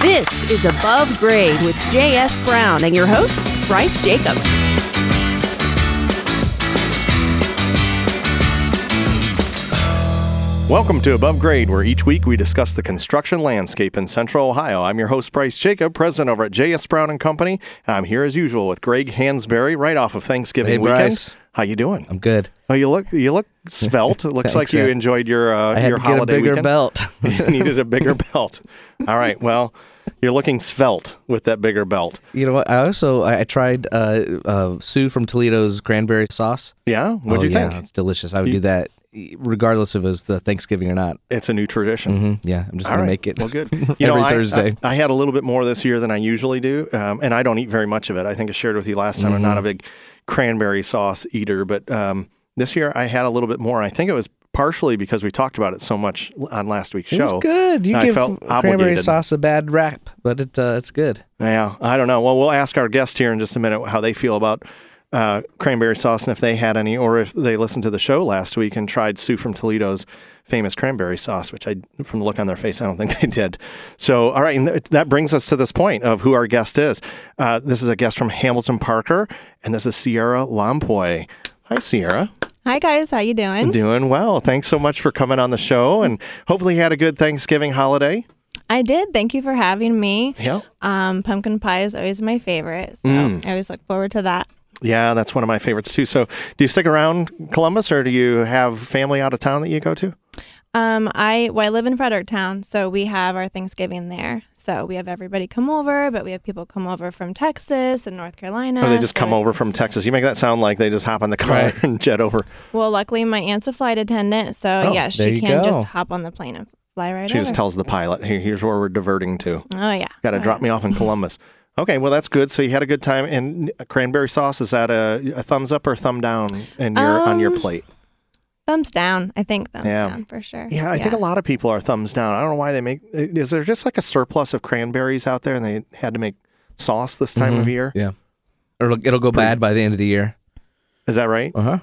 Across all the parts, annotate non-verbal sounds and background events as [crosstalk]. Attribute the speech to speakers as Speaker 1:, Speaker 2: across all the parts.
Speaker 1: This is Above Grade with J.S. Brown and your host, Bryce Jacob.
Speaker 2: Welcome to Above Grade, where each week we discuss the construction landscape in Central Ohio. I'm your host, Bryce Jacob, president over at J.S. Brown and Company. And I'm here as usual with Greg Hansberry, right off of Thanksgiving
Speaker 3: Hey,
Speaker 2: weekend.
Speaker 3: Bryce.
Speaker 2: How you doing?
Speaker 3: I'm good.
Speaker 2: Oh, you look you look svelte. It looks like
Speaker 3: [laughs] Thanks,
Speaker 2: you
Speaker 3: yeah.
Speaker 2: enjoyed your uh,
Speaker 3: I had
Speaker 2: your
Speaker 3: to get a
Speaker 2: holiday
Speaker 3: bigger
Speaker 2: weekend.
Speaker 3: belt. [laughs]
Speaker 2: [laughs] you needed a bigger belt. All right. Well, you're looking svelte with that bigger belt.
Speaker 3: you know what? I also I, I tried uh, uh, Sue from Toledo's cranberry sauce.
Speaker 2: Yeah. What'd
Speaker 3: oh,
Speaker 2: you
Speaker 3: yeah,
Speaker 2: think?
Speaker 3: It's delicious. I would do that e- regardless if it was the Thanksgiving or not.
Speaker 2: It's a new tradition.
Speaker 3: Mm, yeah, I'm just
Speaker 2: All
Speaker 3: gonna
Speaker 2: right.
Speaker 3: make it.
Speaker 2: Well, good.
Speaker 3: [laughs] every
Speaker 2: You know, I-
Speaker 3: Thursday.
Speaker 2: I, I had a little bit more this year than I usually do, um, and I don't eat very much of it. I think I shared with you last time. I'm
Speaker 3: Mm-hmm.
Speaker 2: not a big cranberry sauce eater, but um, this year I had a little bit more. I think it was partially because we talked about it so much l- on last week's
Speaker 3: it was
Speaker 2: show.
Speaker 3: good. You
Speaker 2: I
Speaker 3: give
Speaker 2: felt
Speaker 3: cranberry
Speaker 2: obligated.
Speaker 3: sauce a bad rap, but it uh, it's good.
Speaker 2: Yeah, I don't know. Well, we'll ask our guest here in just a minute how they feel about uh, cranberry sauce and if they had any, or if they listened to the show last week and tried Sue from Toledo's famous cranberry sauce, which I, from the look on their face, I don't think [laughs] they did. So, all right, and th- that brings us to this point of who our guest is. Uh, this is a guest from Hamilton Parker, and this is Sierra Lampoy. Hi, Sierra.
Speaker 4: Hi guys, how you doing?
Speaker 2: Doing well. Thanks so much for coming on the show, and hopefully you had a good Thanksgiving holiday.
Speaker 4: I did. Thank you for having me.
Speaker 2: Yeah.
Speaker 4: Um, pumpkin pie is always my favorite, so
Speaker 2: Mm.
Speaker 4: I always look forward to that.
Speaker 2: Yeah, that's one of my favorites too. So, do you stick around Columbus, or do you have family out of town that you go to?
Speaker 4: Um, I well, I live in Fredericktown, so we have our Thanksgiving there. So we have everybody come over, but we have people come over from Texas and North Carolina.
Speaker 2: Or Oh, they just
Speaker 4: so
Speaker 2: come
Speaker 4: it's-
Speaker 2: over from Texas? You make that sound like they just hop on the car
Speaker 3: Right.
Speaker 2: and jet over.
Speaker 4: Well, luckily my aunt's a flight attendant, so
Speaker 2: Oh,
Speaker 4: yeah,
Speaker 3: there
Speaker 4: she
Speaker 3: you
Speaker 4: can
Speaker 3: go.
Speaker 4: just hop on the plane and fly right
Speaker 2: She
Speaker 4: over.
Speaker 2: just tells the pilot, "Here, here's where we're diverting to.
Speaker 4: oh yeah,
Speaker 2: Got to
Speaker 4: All
Speaker 2: drop
Speaker 4: right.
Speaker 2: me off in Columbus." Okay, well that's good. So you had a good time. And cranberry sauce is that a, a thumbs up or thumb down? And your on your
Speaker 4: Um,
Speaker 2: plate.
Speaker 4: Thumbs down. I think thumbs
Speaker 2: Yeah.
Speaker 4: down for sure.
Speaker 2: Yeah, I think a lot of people are thumbs down. I don't know why they make. Is there just like a surplus of cranberries out there, and they had to make sauce this time of year?
Speaker 3: Mm-hmm. Yeah, or it'll, it'll go bad by the end of the year.
Speaker 2: Is that right?
Speaker 3: Uh huh.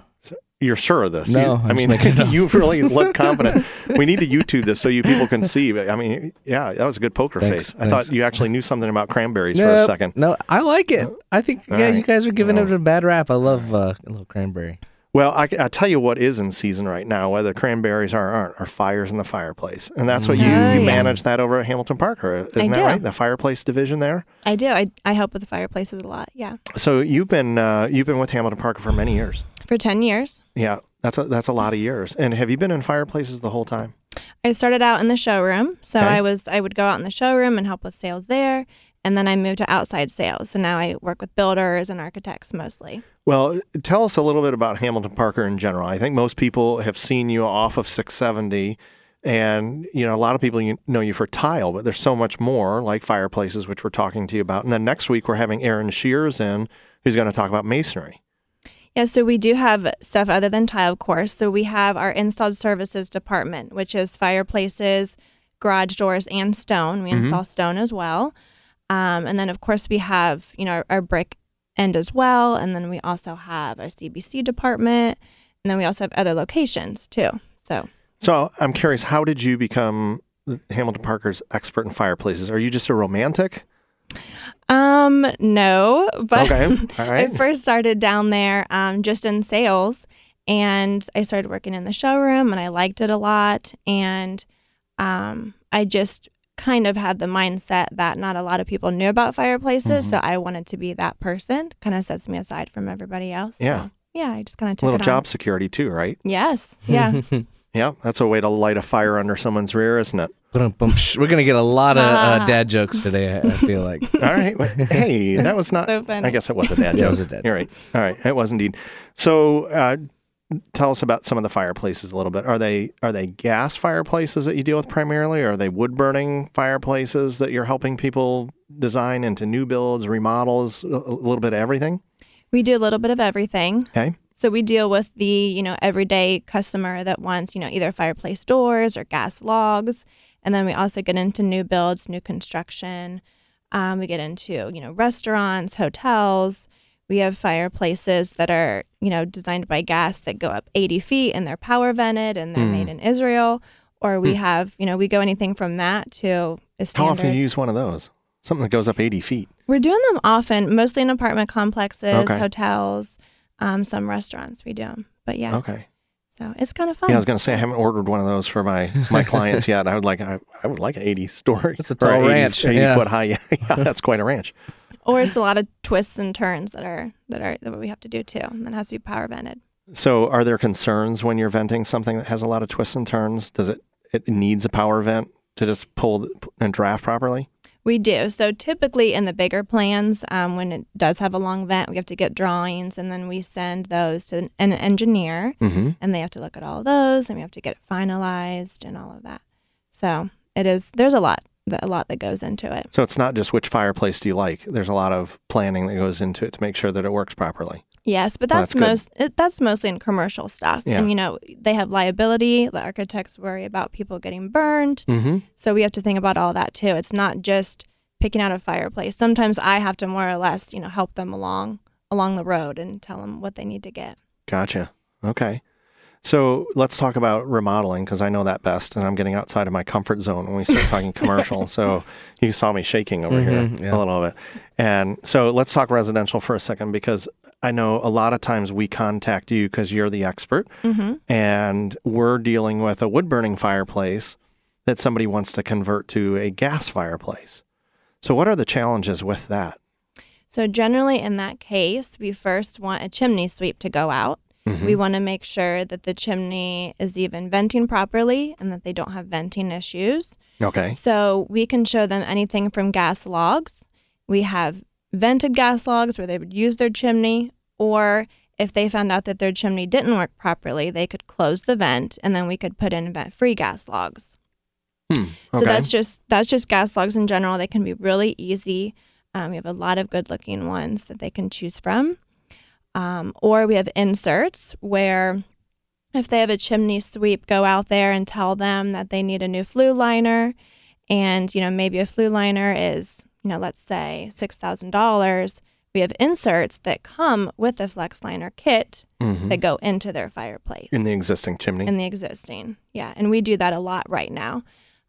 Speaker 2: You're sure of this?
Speaker 3: No,
Speaker 2: You-
Speaker 3: I'm
Speaker 2: I
Speaker 3: just
Speaker 2: mean,
Speaker 3: making it up.
Speaker 2: [laughs] you really look confident.
Speaker 3: [laughs]
Speaker 2: we need to YouTube this so you people can see. But, I mean, yeah, that was a good poker
Speaker 3: Thanks,
Speaker 2: face. I
Speaker 3: thanks.
Speaker 2: thought you actually knew something about cranberries for a second. Oh.
Speaker 3: No, I like it. I think
Speaker 2: All
Speaker 3: yeah,
Speaker 2: right.
Speaker 3: you guys are giving
Speaker 2: Well.
Speaker 3: it a bad rap. I love uh, I love cranberry.
Speaker 2: Well, I, I tell you what is in season right now, whether cranberries are or aren't, are fires in the fireplace, and that's what you,
Speaker 4: Oh,
Speaker 3: Mm-hmm.
Speaker 2: you
Speaker 4: yeah.
Speaker 2: manage that over at Hamilton Parker, isn't
Speaker 4: I
Speaker 2: that
Speaker 4: do.
Speaker 2: right? The fireplace division there.
Speaker 4: I do. I I help with the fireplaces a lot. Yeah,
Speaker 2: So you've been uh, you've been with Hamilton Parker for many years.
Speaker 4: for ten years.
Speaker 2: Yeah, that's a, that's a lot of years. And have you been in fireplaces the whole time?
Speaker 4: I started out in the showroom, so
Speaker 2: Okay.
Speaker 4: I was I would go out in the showroom and help with sales there, and then I moved to outside sales. So now I work with builders and architects mostly.
Speaker 2: Well, tell us a little bit about Hamilton Parker in general. I think most people have seen you off of 670, and you know a lot of people you know you for tile, but there's so much more, like fireplaces, which we're talking to you about. And then next week we're having Aaron Shears in, who's going to talk about masonry.
Speaker 4: Yeah, so we do have stuff other than tile, of course. So we have our installed services department, which is fireplaces, garage doors, and stone. We install stone as well, um, and then of course we have you know our, our brick end as well, and then we also have our CBC department, and then we also have other locations too. So.
Speaker 2: So I'm curious, how did you become Hamilton Parker's expert in fireplaces? Are you just a romantic?
Speaker 4: Um, no, but
Speaker 2: Okay, all
Speaker 4: [laughs] I
Speaker 2: right.
Speaker 4: first started down there um, just in sales, and I started working in the showroom, and I liked it a lot, and um, I just kind of had the mindset that not a lot of people knew about
Speaker 2: Mm-hmm.
Speaker 4: fireplaces, so I wanted to be that person. Kind of sets me aside from everybody else. so,
Speaker 2: Yeah.
Speaker 4: yeah, I just kind of took
Speaker 2: Little
Speaker 4: it on.
Speaker 2: job security too, right?
Speaker 4: Yes,
Speaker 2: [laughs]
Speaker 3: [laughs]
Speaker 4: yeah.
Speaker 2: Yeah, that's a way to light a fire under someone's rear, isn't it?
Speaker 3: Ba-dum-bum. Shh, We're gonna get a lot of
Speaker 4: [laughs]
Speaker 3: uh, dad jokes today. I, I feel like.
Speaker 2: All right. Well, Hey, that was not.
Speaker 4: So funny.
Speaker 2: I guess it was a dad joke.
Speaker 3: [laughs] Yeah, it was a dad
Speaker 2: You're right. All right. It was indeed. So, uh, tell us about some of the fireplaces a little bit. Are they are they gas fireplaces that you deal with primarily, or are they wood burning fireplaces that you're helping people design into new builds, remodels, a a little bit of everything?
Speaker 4: We do a little bit of everything.
Speaker 2: Okay.
Speaker 4: So we deal with the, you know, everyday customer that wants, you know, either fireplace doors or gas logs. And then we also get into new builds, new construction. Um, we get into, you know, restaurants, hotels. We have fireplaces that are, you know, designed by gas that go up 80 feet and they're power vented and they're
Speaker 2: Hmm.
Speaker 4: made in Israel. Or we have, you know, we go anything from that to a
Speaker 2: How
Speaker 4: standard.
Speaker 2: often do you use one of those? Something that goes up 80 feet.
Speaker 4: We're doing them often, mostly in apartment complexes,
Speaker 2: Okay.
Speaker 4: hotels, um, some restaurants. We do them, but yeah,
Speaker 2: Okay.
Speaker 4: so it's kind of fun.
Speaker 2: Yeah, I was going to say I haven't ordered one of those for my my clients yet. I would like I, I would like an 80 story.
Speaker 3: That's a
Speaker 2: or
Speaker 3: tall
Speaker 2: 80
Speaker 3: ranch,
Speaker 2: 80
Speaker 3: yeah.
Speaker 2: foot high. [laughs] Yeah, yeah, that's quite a ranch.
Speaker 4: or it's a lot of twists and turns that are that are that we have to do too, and that has to be power vented.
Speaker 2: So, are there concerns when you're venting something that has a lot of twists and turns? Does it it needs a power vent to just pull th- and draft properly?
Speaker 4: We do. So typically in the bigger plans, um, when it does have a long vent, we have to get drawings and then we send those to an, an engineer
Speaker 2: Mm-hmm.
Speaker 4: and they have to look at all of those and we have to get it finalized and all of that. So it is, there's a lot, that, a lot that goes into it.
Speaker 2: So it's not just which fireplace do you like. There's a lot of planning that goes into it to make sure that it works properly.
Speaker 4: Yes, but
Speaker 2: Well, that's
Speaker 4: that's,
Speaker 2: good.
Speaker 4: most it, that's mostly in commercial stuff.
Speaker 2: Yeah.
Speaker 4: And you know, they have liability, the architects worry about people getting burned.
Speaker 2: Mm-hmm.
Speaker 4: So we have to think about all that too. It's not just picking out a fireplace. Sometimes I have to more or less, you know, help them along along the road and tell them what they need to get.
Speaker 2: Gotcha. Okay. So let's talk about remodeling because I know that best, and I'm getting outside of my comfort zone when we start
Speaker 4: [laughs]
Speaker 2: talking commercial. So you saw me shaking over
Speaker 3: Mhm,
Speaker 4: Mm-hmm,
Speaker 2: here
Speaker 3: yeah.
Speaker 2: a little bit. And so let's talk residential for a second because I know a lot of times we contact you because you're the expert,
Speaker 4: Mm-hmm.
Speaker 2: and we're dealing with a wood burning fireplace that somebody wants to convert to a gas fireplace. So, what are the challenges with that?
Speaker 4: So generally in that case, we first want a chimney sweep to go out. We want to make sure that the chimney is even venting properly and that they don't have venting issues.
Speaker 2: Okay.
Speaker 4: So we can show them anything from gas logs. We have vented gas logs where they would use their chimney, or if they found out that their chimney didn't work properly, they could close the vent and then we could put in vent free gas logs.
Speaker 2: Hmm. Okay.
Speaker 4: So that's just that's just gas logs in general. They can be really easy. Um, we have a lot of good looking ones that they can choose from. Um, or we have inserts where if they have a chimney sweep, go out there and tell them that they need a new flue liner. And, you know, maybe a flue liner is, you know, let's say $6,000. We have inserts that come with the flex liner kit
Speaker 2: Mhm.
Speaker 4: that go into their fireplace
Speaker 2: in the existing chimney.
Speaker 4: in the existing. Yeah, and we do that a lot right now,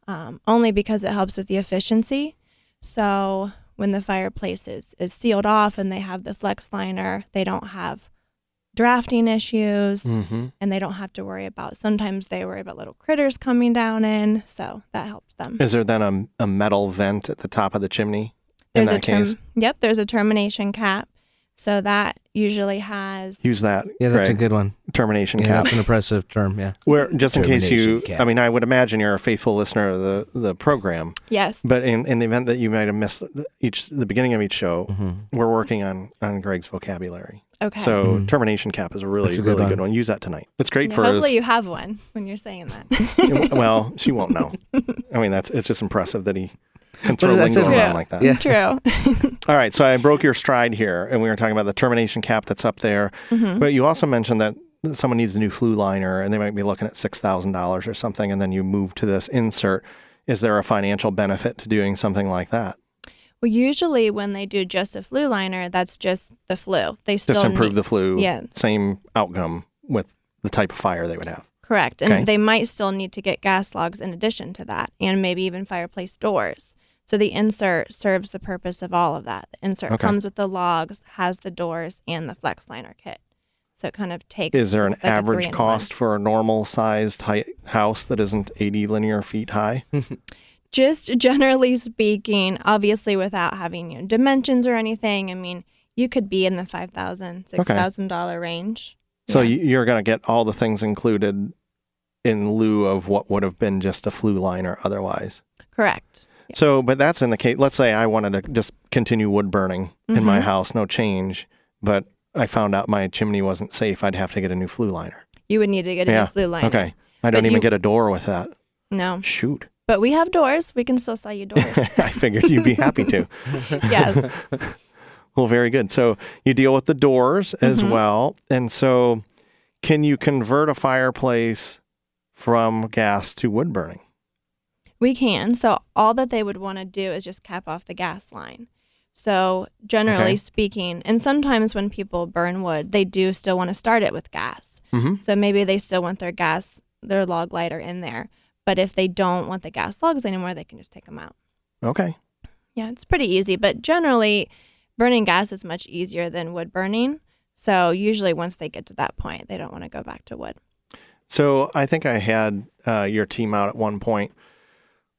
Speaker 4: um, only because it helps with the efficiency. So when the fireplace is, is sealed off and they have the flex liner, they don't have drafting issues
Speaker 2: mm-hmm.
Speaker 4: and they don't have to worry about sometimes they worry about little critters coming down in so that helps them
Speaker 2: Is there then a, a metal vent at the top of the chimney? in
Speaker 4: a
Speaker 2: that
Speaker 4: term
Speaker 2: case,
Speaker 4: yep there's a termination cap so that usually has
Speaker 2: use that.
Speaker 3: Yeah, that's
Speaker 2: Greg.
Speaker 3: a good one.
Speaker 2: termination
Speaker 3: Yeah,
Speaker 2: cap.
Speaker 3: that's an impressive term. Yeah.
Speaker 2: Where just in case you,
Speaker 5: Termination cap.
Speaker 2: I mean, I would imagine you're a faithful listener of the the program.
Speaker 4: yes
Speaker 2: But in, in the event that you might have missed each the beginning of each show, we're working on on Greg's vocabulary.
Speaker 4: okay
Speaker 2: So termination cap is a really
Speaker 3: Hmm. That's a good
Speaker 2: really
Speaker 3: one.
Speaker 2: good one. Use that tonight. It's great
Speaker 4: Yeah,
Speaker 2: for
Speaker 4: hopefully
Speaker 2: his.
Speaker 4: you have one when you're saying that [laughs]
Speaker 2: [laughs] well, she won't know. I mean, that's it's just impressive that he can throw
Speaker 3: that's
Speaker 2: lingo
Speaker 3: a-
Speaker 2: around like that.
Speaker 3: Yeah.
Speaker 4: true
Speaker 2: All right, so I broke your stride here, and we were talking about the termination cap that's up there.
Speaker 4: Mm-hmm.
Speaker 2: But you also mentioned that someone needs a new flue liner, and they might be looking at six thousand dollars or something, and then you move to this insert. Is there a financial benefit to doing something like that?
Speaker 4: Well, usually when they do just a flu liner, that's just the flu. They still
Speaker 2: Just improve
Speaker 4: need,
Speaker 2: the flue.
Speaker 4: Yeah.
Speaker 2: Same outcome with the type of fire they would have.
Speaker 4: correct, and
Speaker 2: Okay.
Speaker 4: they might still need to get gas logs in addition to that, and maybe even fireplace doors. So the insert serves the purpose of all of that. The insert
Speaker 2: Okay.
Speaker 4: comes with the logs, has the doors, and the flex liner kit. So it kind of takes.
Speaker 2: Is there an
Speaker 4: it's like a
Speaker 2: average
Speaker 4: three-in-one.
Speaker 2: cost for a normal sized hi- house that isn't eighty linear feet high?
Speaker 4: Just generally speaking, obviously without having you know, dimensions or anything. I mean, you could be in the five thousand, six thousand dollar range.
Speaker 2: So
Speaker 4: Yeah.
Speaker 2: you you're going to get all the things included in lieu of what would have been just a flue liner otherwise.
Speaker 4: correct.
Speaker 2: So, but that's in the case. Let's say I wanted to just continue wood burning in
Speaker 4: Mm-hmm.
Speaker 2: my house, no change, but I found out my chimney wasn't safe. I'd have to get a new flue liner.
Speaker 4: You would need to get a
Speaker 2: Yeah,
Speaker 4: new flu liner.
Speaker 2: Okay. I don't
Speaker 4: But
Speaker 2: even
Speaker 4: you-
Speaker 2: get a door with that.
Speaker 4: No.
Speaker 2: Shoot. [laughs]
Speaker 4: But we have doors. We can still sell you doors. [laughs]
Speaker 2: I figured you'd be happy to.
Speaker 4: yes.
Speaker 2: Well, very good. So you deal with the doors as
Speaker 4: Mm-hmm.
Speaker 2: well. And so can you convert a fireplace from gas to wood burning?
Speaker 4: We can. So all that they would want to do is just cap off the gas line. So generally
Speaker 2: Okay.
Speaker 4: speaking, and sometimes when people burn wood, they do still want to start it with gas.
Speaker 2: Mhm.
Speaker 4: So maybe they still want their gas, their log lighter in there. But if they don't want the gas logs anymore, they can just take them out.
Speaker 2: Okay.
Speaker 4: Yeah, it's pretty easy, but generally, burning gas is much easier than wood burning. So usually, once they get to that point, they don't want to go back to wood.
Speaker 2: So I think I had uh, your team out at one point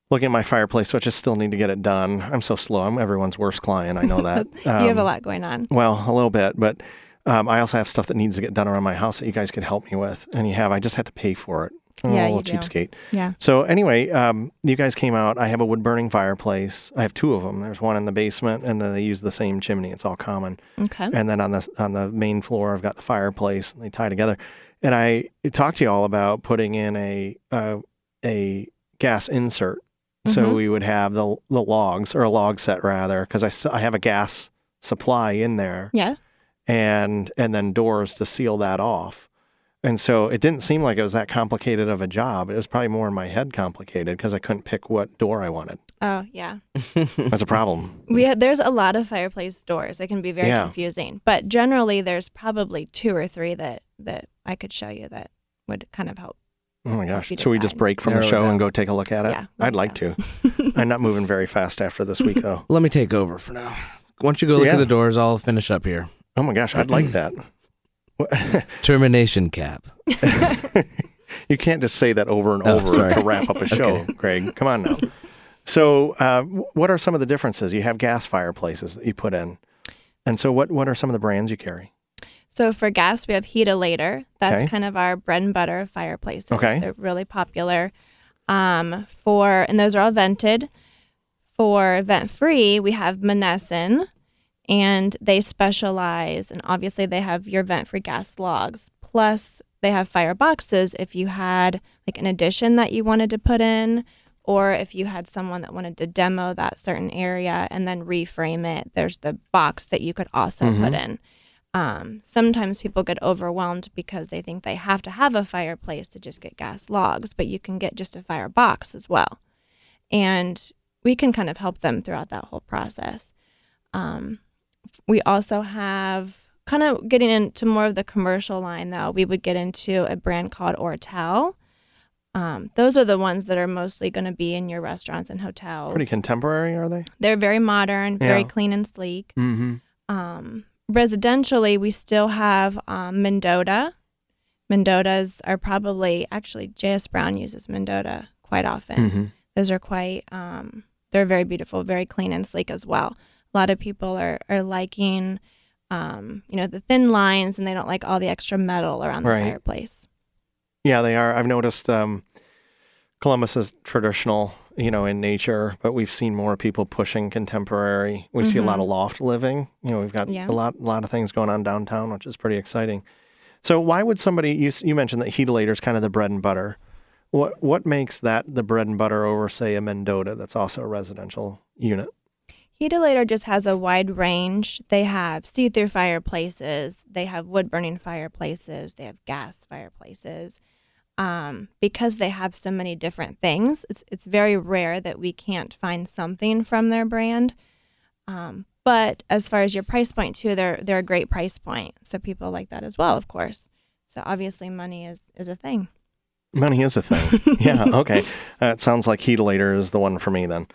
Speaker 2: looking at my fireplace, which I still need to get it done. I'm so slow. I'm everyone's worst client. I know that.
Speaker 4: [laughs] you have a
Speaker 2: Um,
Speaker 4: lot going on.
Speaker 2: Well, a little bit, but um, I also have stuff that needs to get done around my house that you guys could help me with, and you have. I just have to pay for it. I'm
Speaker 4: Yeah,
Speaker 2: a little
Speaker 4: you do.
Speaker 2: cheapskate.
Speaker 4: Yeah.
Speaker 2: So anyway, um, you guys came out. I have a wood burning fireplace. I have two of them. There's one in the basement, and then they use the same chimney. It's all common.
Speaker 4: Okay.
Speaker 2: And then on the on the main floor, I've got the fireplace, and they tie together. And I talked to you all about putting in a uh, a gas insert, so
Speaker 4: Mhm.
Speaker 2: we would have the the logs or a log set rather, because I s- I have a gas supply in there
Speaker 4: Yeah.
Speaker 2: and and then doors to seal that off. And so it didn't seem like it was that complicated of a job. It was probably more in my head complicated because I couldn't pick what door I wanted.
Speaker 4: Oh, yeah.
Speaker 2: [laughs] That's a problem.
Speaker 4: We ha- there's a lot of fireplace doors. It can be very
Speaker 2: Yeah.
Speaker 4: confusing, but generally, there's probably two or three that that I could show you that would kind of help.
Speaker 2: Oh my gosh.
Speaker 4: you
Speaker 2: Should we
Speaker 4: decide.
Speaker 2: just break from
Speaker 3: Narrow
Speaker 2: the
Speaker 3: it
Speaker 2: show
Speaker 3: down.
Speaker 2: and go take a look at it?
Speaker 4: Yeah,
Speaker 2: I'd
Speaker 4: let
Speaker 2: like
Speaker 4: me
Speaker 2: to. [laughs] I'm not moving very fast after this week though.
Speaker 3: [laughs] Let me take over for now. Once you go look
Speaker 2: Yeah.
Speaker 3: at the doors, I'll finish up here.
Speaker 2: Oh my gosh, I'd like that. What- [laughs]
Speaker 3: Termination cap.
Speaker 2: you can't just say that over and
Speaker 3: Oh,
Speaker 2: over
Speaker 3: sorry.
Speaker 2: to wrap
Speaker 3: [laughs]
Speaker 2: up a show, Greg. Come on now. So, uh, w- what are some of the differences? You have gas fireplaces that you put in, and so what? What are some of the brands you carry?
Speaker 4: So for gas, we have Heatalator. That's
Speaker 2: Okay.
Speaker 4: kind of our bread and butter fireplaces.
Speaker 2: Okay.
Speaker 4: They're really popular. Um, for and those are all vented. For vent free, we have Manesson, and they specialize. And obviously, they have your vent free gas logs. Plus, they have fire boxes if you had like an addition that you wanted to put in, or if you had someone that wanted to demo that certain area and then reframe it. There's the box that you could also
Speaker 2: Mm-hmm.
Speaker 4: put in. Um, sometimes people get overwhelmed because they think they have to have a fireplace to just get gas logs, but you can get just a fire box as well. And we can kind of help them throughout that whole process. Um, we also have kind of getting into more of the commercial line, though, we would get into a brand called Ortel. Um, those are the ones that are mostly going to be in your restaurants and hotels.
Speaker 2: Pretty contemporary, are they?
Speaker 4: They're very modern, very
Speaker 2: Yeah.
Speaker 4: clean and sleek
Speaker 2: Mm-hmm.
Speaker 4: um, residentially, we still have um, Mendota. Mendotas are probably actually J.S. Brown uses Mendota quite often.
Speaker 2: Mm-hmm.
Speaker 4: Those are quite um, they're very beautiful, very clean and sleek as well. A lot of people are are liking um, you know the thin lines, and they don't like all the extra metal around the
Speaker 2: Right.
Speaker 4: fireplace.
Speaker 2: Yeah, they are. I've noticed um, Columbus is traditional, you know, in nature, but we've seen more people pushing contemporary. We see a lot of loft living. You know, we've got
Speaker 4: Yeah.
Speaker 2: a lot, a lot of things going on downtown, which is pretty exciting. So, why would somebody? You s- you mentioned that Heatolator is kind of the bread and butter. What what makes that the bread and butter over, say, a Mendota that's also a residential unit?
Speaker 4: Heatolator just has a wide range. They have see through fireplaces, they have wood burning fireplaces, they have gas fireplaces. Um, because they have so many different things, it's, it's very rare that we can't find something from their brand. Um, but as far as your price point, too, they're, they're a great price point. So people like that as well, of course. So obviously, money is, is a thing.
Speaker 2: Money is a thing. yeah. Okay. Uh, it sounds like Heatolator is the one for me then.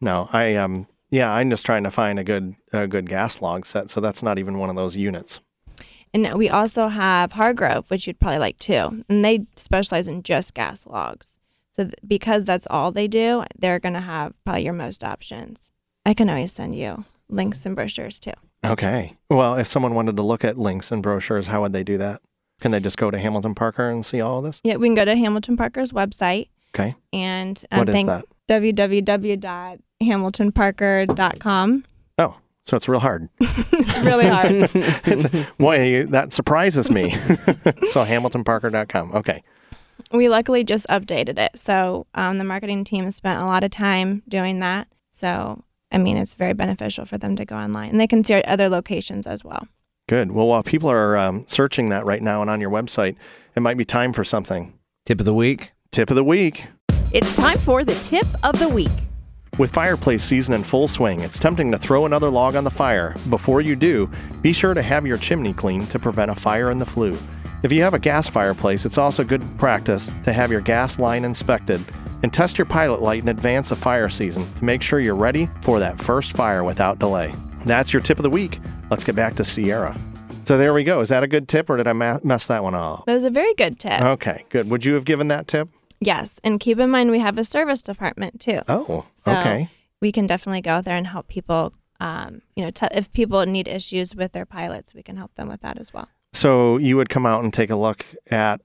Speaker 2: No, I um yeah, I'm just trying to find a good a good gas log set, so that's not even one of those units.
Speaker 4: And we also have Hargrove, which you'd probably like too. And they specialize in just gas logs. So th- because that's all they do, they're going to have probably your most options. I can always send you links and brochures too.
Speaker 2: Okay. Well, if someone wanted to look at links and brochures, how would they do that? Can they just go to Hamilton Parker and see all of this?
Speaker 4: Yeah, we can go to Hamilton Parker's website
Speaker 2: Okay.
Speaker 4: and um,
Speaker 2: What is
Speaker 4: thank-
Speaker 2: that?
Speaker 4: www.hamiltonparker.com.
Speaker 2: Oh, so it's real hard.
Speaker 4: [laughs]
Speaker 2: [laughs]
Speaker 4: It's really hard.
Speaker 2: It's, boy, you- that surprises me. [laughs] so hamiltonparker.com. Okay.
Speaker 4: we luckily just updated it. So um, the marketing team spent a lot of time doing that. So, I mean, it's very beneficial for them to go online and they can see our other locations as well.
Speaker 2: Good. Well, while people are um, searching that right now and on your website, it might be time for something.
Speaker 3: Tip of the week.
Speaker 2: Tip of the week.
Speaker 1: It's time for the tip of the week.
Speaker 2: With fireplace season in full swing, it's tempting to throw another log on the fire. Before you do, be sure to have your chimney cleaned to prevent a fire in the flue. If you have a gas fireplace, it's also good practice to have your gas line inspected and test your pilot light in advance of fire season to make sure you're ready for that first fire without delay. That's your tip of the week. Let's get back to Sierra. So there we go. Is that a good tip or did I ma- mess that one up?
Speaker 4: That was a very good tip.
Speaker 2: Okay, good. Would you have given that tip?
Speaker 4: Yes. And keep in mind, we have a service department too.
Speaker 2: Oh,
Speaker 4: So
Speaker 2: okay.
Speaker 4: we can definitely go out there and help people. Um, you know, te- if people need issues with their pilots, we can help them with that as well.
Speaker 2: So you would come out and take a look at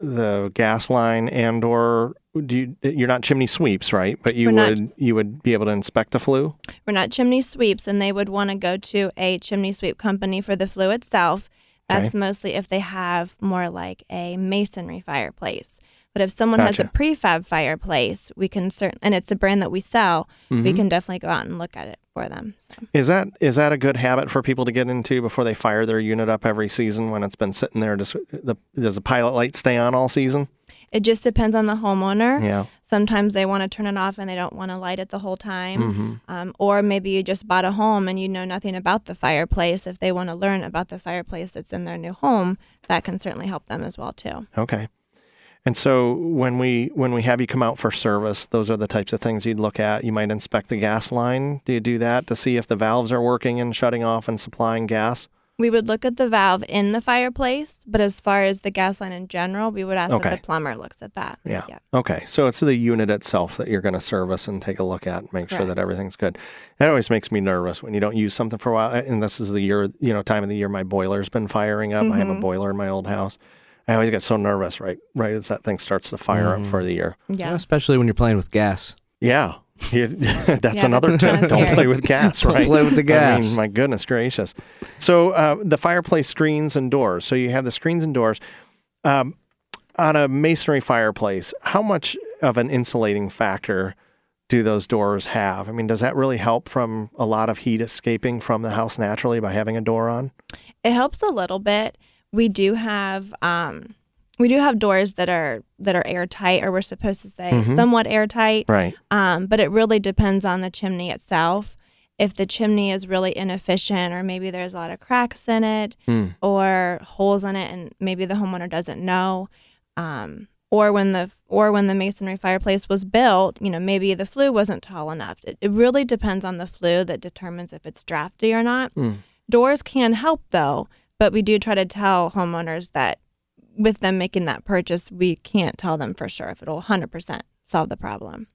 Speaker 2: the gas line and or do you, you're not chimney sweeps, right? But you
Speaker 4: We're not.
Speaker 2: would you would be able to inspect the flue?
Speaker 4: We're not chimney sweeps, and they would want to go to a chimney sweep company for the flue itself. That's
Speaker 2: Okay.
Speaker 4: mostly if they have more like a masonry fireplace. But if someone has
Speaker 2: Gotcha.
Speaker 4: a prefab fireplace, we can certain, and it's a brand that we sell,
Speaker 2: Mm-hmm.
Speaker 4: we can definitely go out and look at it for them. So.
Speaker 2: Is that is that a good habit for people to get into before they fire their unit up every season when it's been sitting there? Just the does the pilot light stay on all season?
Speaker 4: It just depends on the homeowner.
Speaker 2: Yeah.
Speaker 4: Sometimes they want to turn it off and they don't want to light it the whole time.
Speaker 2: Mm-hmm.
Speaker 4: Um, or maybe you just bought a home and you know nothing about the fireplace. If they want to learn about the fireplace that's in their new home, that can certainly help them as well too.
Speaker 2: Okay. And so when we when we have you come out for service, those are the types of things you'd look at. You might inspect the gas line. Do you do that to see if the valves are working and shutting off and supplying gas?
Speaker 4: We would look at the valve in the fireplace, but as far as the gas line in general, we would ask
Speaker 2: Okay.
Speaker 4: that the plumber looks at that.
Speaker 2: Yeah.
Speaker 4: Yep.
Speaker 2: Okay. So it's the unit itself that you're going to service and take a look at and make sure that
Speaker 4: Correct.
Speaker 2: everything's good. That always makes me nervous when you don't use something for a while. And this is the year, you know, time of the year my boiler's been firing up. I have a boiler in my old house. I always get so nervous, right? Right as that thing starts to fire up for the year.
Speaker 4: Yeah.
Speaker 3: Especially when you're playing with gas.
Speaker 2: Yeah. [laughs] You- that's
Speaker 4: Yeah,
Speaker 2: another
Speaker 4: that's
Speaker 2: tip.
Speaker 4: kinda
Speaker 2: Don't
Speaker 4: scary.
Speaker 2: play with gas,
Speaker 3: [laughs] Don't
Speaker 2: right?
Speaker 3: play with the
Speaker 2: I mean,
Speaker 3: gas.
Speaker 2: my goodness gracious. So uh, the fireplace screens and doors. So you have the screens and doors. Um, on a masonry fireplace, how much of an insulating factor do those doors have? I mean, does that really help from a lot of heat escaping from the house naturally by having a door on?
Speaker 4: It helps a little bit. We do have um, we do have doors that are that are airtight, or we're supposed to say somewhat airtight.
Speaker 2: Mm-hmm. Right.
Speaker 4: Um, but it really depends on the chimney itself. If the chimney is really inefficient, or maybe there's a lot of cracks in it,
Speaker 2: Hmm.
Speaker 4: or holes in it, and maybe the homeowner doesn't know, um, or when the or when the masonry fireplace was built, you know, maybe the flue wasn't tall enough. It, it really depends on the flue that determines if it's drafty or not.
Speaker 2: Hmm.
Speaker 4: Doors can help though, but we do try to tell homeowners that with them making that purchase, we can't tell them for sure if it'll 100% solve the problem.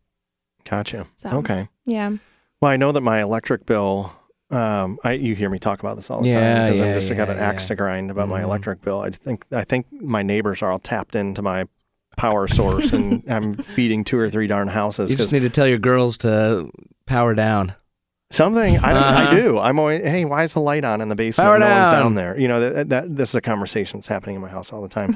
Speaker 2: Gotcha.
Speaker 4: So-
Speaker 3: Um,
Speaker 2: Okay.
Speaker 4: Yeah.
Speaker 2: [laughs] Well, I know that my electric bill. Um, I you hear me talk about this all the time
Speaker 3: Yeah,
Speaker 2: because I've
Speaker 3: yeah,
Speaker 2: just got
Speaker 3: yeah,
Speaker 2: an axe
Speaker 3: yeah. Mm-hmm.
Speaker 2: to grind about my electric bill. I think I think my neighbors are all tapped into my power source,
Speaker 3: [laughs]
Speaker 2: and I'm feeding two or three darn houses.
Speaker 3: You
Speaker 2: 'cause
Speaker 3: just need to tell your girls to power down.
Speaker 2: something I, don't, I
Speaker 3: Uh-huh.
Speaker 2: do. I'm always hey, why is the light on in the basement?
Speaker 3: Power
Speaker 2: no one's
Speaker 3: down.
Speaker 2: down there. You know that, that this is a conversation that's happening in my house all the time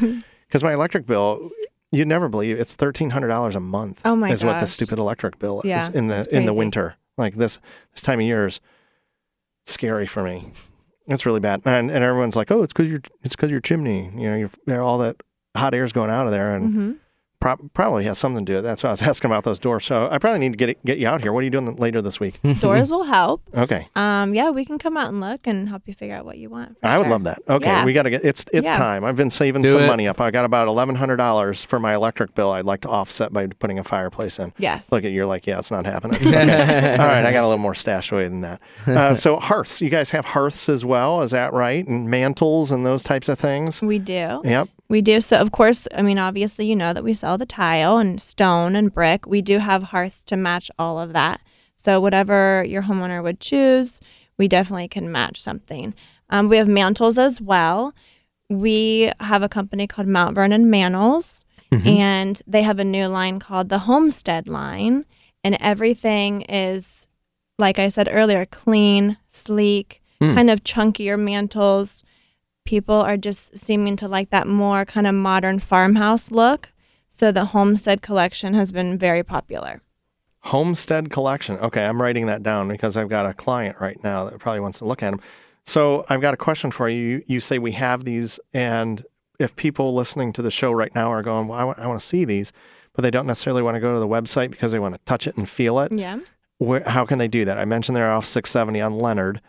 Speaker 2: because my electric bill. You'd never believe it's thirteen hundred dollars a month.
Speaker 4: Oh my
Speaker 2: is what the
Speaker 4: gosh.
Speaker 2: stupid electric bill
Speaker 4: Yeah,
Speaker 2: is in the
Speaker 4: that's
Speaker 2: in the
Speaker 4: crazy.
Speaker 2: winter. Like this this time of year is scary for me. It's really bad, and and everyone's like, oh, it's because your it's because your chimney. You know, you're, all that hot air's going out of there, and [laughs]
Speaker 4: hmm
Speaker 2: prob- probably has something to do with it. That's why I was [laughs] asking about those doors. So I probably need to get it, get you out here. What are you doing later this week?
Speaker 3: [laughs]
Speaker 4: Doors will help.
Speaker 2: Okay.
Speaker 4: Um, yeah, we can come out and look and help you figure out what you want. for
Speaker 2: I would
Speaker 4: sure.
Speaker 2: love that. Okay,
Speaker 4: Yeah.
Speaker 2: we got to get it's it's
Speaker 4: Yeah.
Speaker 2: time. I've been saving
Speaker 3: Do
Speaker 2: some
Speaker 3: it.
Speaker 2: money up. I got about eleven hundred dollars for my electric bill. I'd like to offset by putting a fireplace in.
Speaker 4: Yes.
Speaker 2: Look at you're like, yeah, it's not happening. Okay. All right, I got a little more stash away than that. Uh, so hearths, you guys have hearths as well, is that right? And mantles and those types of things.
Speaker 4: we do.
Speaker 2: Yep.
Speaker 4: We do. So, of course, I mean, obviously, you know that we sell the tile and stone and brick. We do have hearths to match all of that. So, whatever your homeowner would choose, we definitely can match something. Um, we have mantles as well. We have a company called Mount Vernon Mantles, and they have a new line called the Homestead line. And everything is, like I said earlier, clean, sleek, kind of chunkier mantles people are just seeming to like that more kind of modern farmhouse look. So the homestead collection has been very popular.
Speaker 2: Homestead collection. Okay, I'm writing that down because I've got a client right now that probably wants to look at them. So I've got a question for you. You, you say we have these, and if people listening to the show right now are going, "Well, I want to see these," but they don't necessarily want to go to the website because they want to touch it and feel it.
Speaker 4: Yeah.
Speaker 2: Where, how can they do that? I mentioned they're off 670 on Leonard,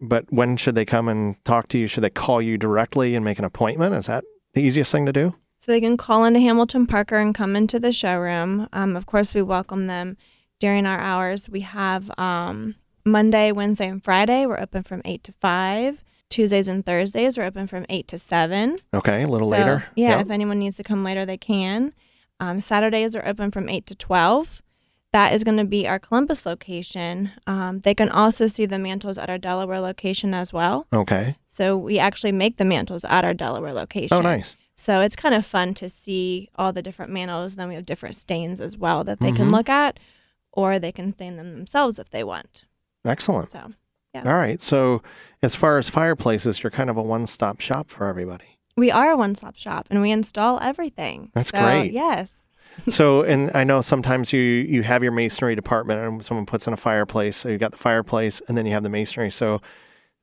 Speaker 2: but when should they come and talk to you? Should they call you directly and make an appointment? Is that the easiest thing to do?
Speaker 4: So they can call into Hamilton Parker and come into the showroom. Um, of course, we welcome them during our hours. We have um, Monday, Wednesday, and Friday. We're open from 8 to 5. Tuesdays and Thursdays, we're open from 8 to 7.
Speaker 2: Okay, a little
Speaker 4: So,
Speaker 2: later.
Speaker 4: Yeah,
Speaker 2: Yep.
Speaker 4: if anyone needs to come later, they can. Um, Saturdays are open from 8 to 12. That is going to be our Columbus location. Um, they can also see the mantles at our Delaware location as well.
Speaker 2: Okay.
Speaker 4: So we actually make the mantles at our Delaware location.
Speaker 2: Oh, nice.
Speaker 4: So it's kind of fun to see all the different mantles. Then we have different stains as well that they
Speaker 2: Mm-hmm.
Speaker 4: can look at, or they can stain them themselves if they want.
Speaker 2: Excellent.
Speaker 4: So
Speaker 2: All right. So, as far as fireplaces, you're kind of a one stop shop for
Speaker 4: [laughs]
Speaker 2: everybody.
Speaker 4: we are a one stop shop and we install everything.
Speaker 2: That's
Speaker 4: So,
Speaker 2: great.
Speaker 4: Yes.
Speaker 2: so, and I know sometimes you you have your masonry department and someone puts in a fireplace. So, you've got the fireplace and then you have the masonry. So,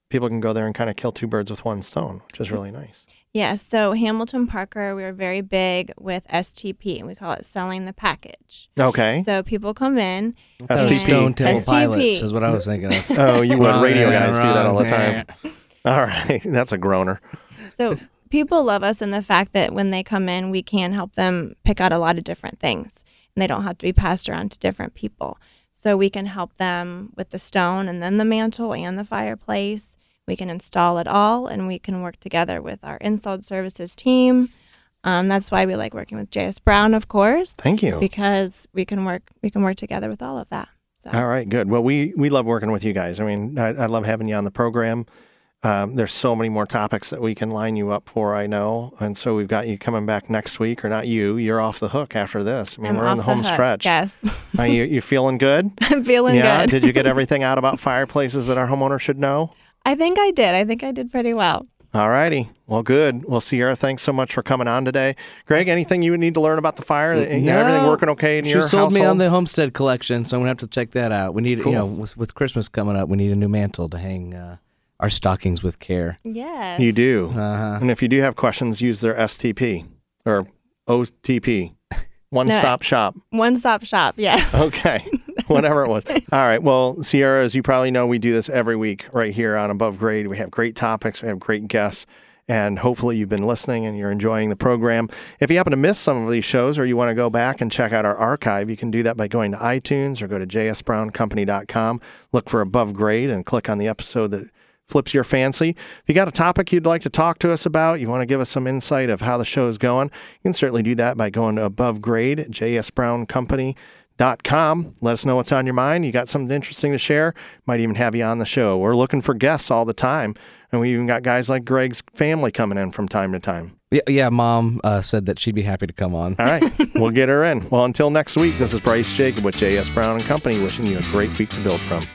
Speaker 2: people can go there and kind of kill two birds with one stone, which
Speaker 4: Mm-hmm.
Speaker 2: is really nice.
Speaker 4: Yeah, so Hamilton Parker, we are very big with STP, and we call it selling the package.
Speaker 2: Okay.
Speaker 4: So people come in.
Speaker 3: That was
Speaker 2: STP.
Speaker 3: Stone Temple
Speaker 4: STP.
Speaker 3: Pilots is what I was thinking of.
Speaker 2: Oh, you would. Radio
Speaker 3: Wrong,
Speaker 2: guys do that all the
Speaker 3: wrong.
Speaker 2: time. [laughs] All right. [laughs] That's a groaner.
Speaker 4: So people love us in the fact that when they come in, we can help them pick out a lot of different things, and they don't have to be passed around to different people. So we can help them with the stone and then the mantle and the fireplace. We can install it all, and we can work together with our installed services team. Um, that's why we like working with J.S. Brown, of course.
Speaker 2: Thank you.
Speaker 4: because we can work we can work together with all of that. So
Speaker 2: All right, good. Well, we we love working with you guys. I mean, I, I love having you on the program. Um, there's so many more topics that we can line you up for. I know, and so we've got you coming back next week, or not you? You're off the hook after this. I mean,
Speaker 4: I'm
Speaker 2: we're
Speaker 4: off
Speaker 2: in the home
Speaker 4: hook.
Speaker 2: stretch.
Speaker 4: Yes, [laughs]
Speaker 2: Are you you feeling good?
Speaker 4: I'm [laughs] feeling
Speaker 2: yeah.
Speaker 4: good.
Speaker 2: did you
Speaker 4: [laughs]
Speaker 2: get everything out about fireplaces that our homeowner should know?
Speaker 4: I think I did. I think I did pretty well.
Speaker 2: All righty. Well, good. Well, Sierra, thanks so much for coming on today. Greg, anything you would need to learn about the fire?
Speaker 3: No.
Speaker 2: Everything working okay in
Speaker 3: She
Speaker 2: your
Speaker 3: sold
Speaker 2: household?
Speaker 3: me on the homestead collection, so I'm gonna have to check that out. We need,
Speaker 2: Cool.
Speaker 3: you know, with, with Christmas coming up, we need a new mantle to hang uh, our stockings with care.
Speaker 4: Yes.
Speaker 2: you do.
Speaker 3: Uh-huh.
Speaker 2: And if you do have questions, use their STP or OTP, one stop shop.
Speaker 4: One stop shop. Yes.
Speaker 2: Okay. Whatever it was. All right. Well, Sierra, as you probably know, we do this every week right here on Above Grade. We have great topics, we have great guests, and hopefully you've been listening and you're enjoying the program. If you happen to miss some of these shows or you want to go back and check out our archive, you can do that by going to iTunes or go to jsbrowncompany.com, look for Above Grade, and click on the episode that flips your fancy. If you got a topic you'd like to talk to us about, you want to give us some insight of how the show is going, you can certainly do that by going to above grade at jsbrowncompany.com. Let us know what's on your mind. You got something interesting to share, might even have you on the show. We're looking for guests all the time. And we even got guys like Greg's family coming in from time to time.
Speaker 3: Yeah, yeah. Mom uh, said that she'd be happy to come on.
Speaker 2: All right, we'll get her in. Well, until next week, this is Bryce Jacob with JS Brown and Company wishing you a great week to build from.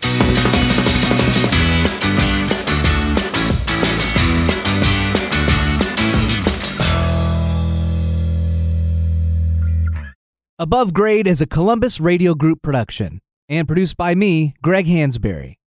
Speaker 3: Above Grade is a Columbus Radio Group production and produced by me, Greg Hansberry.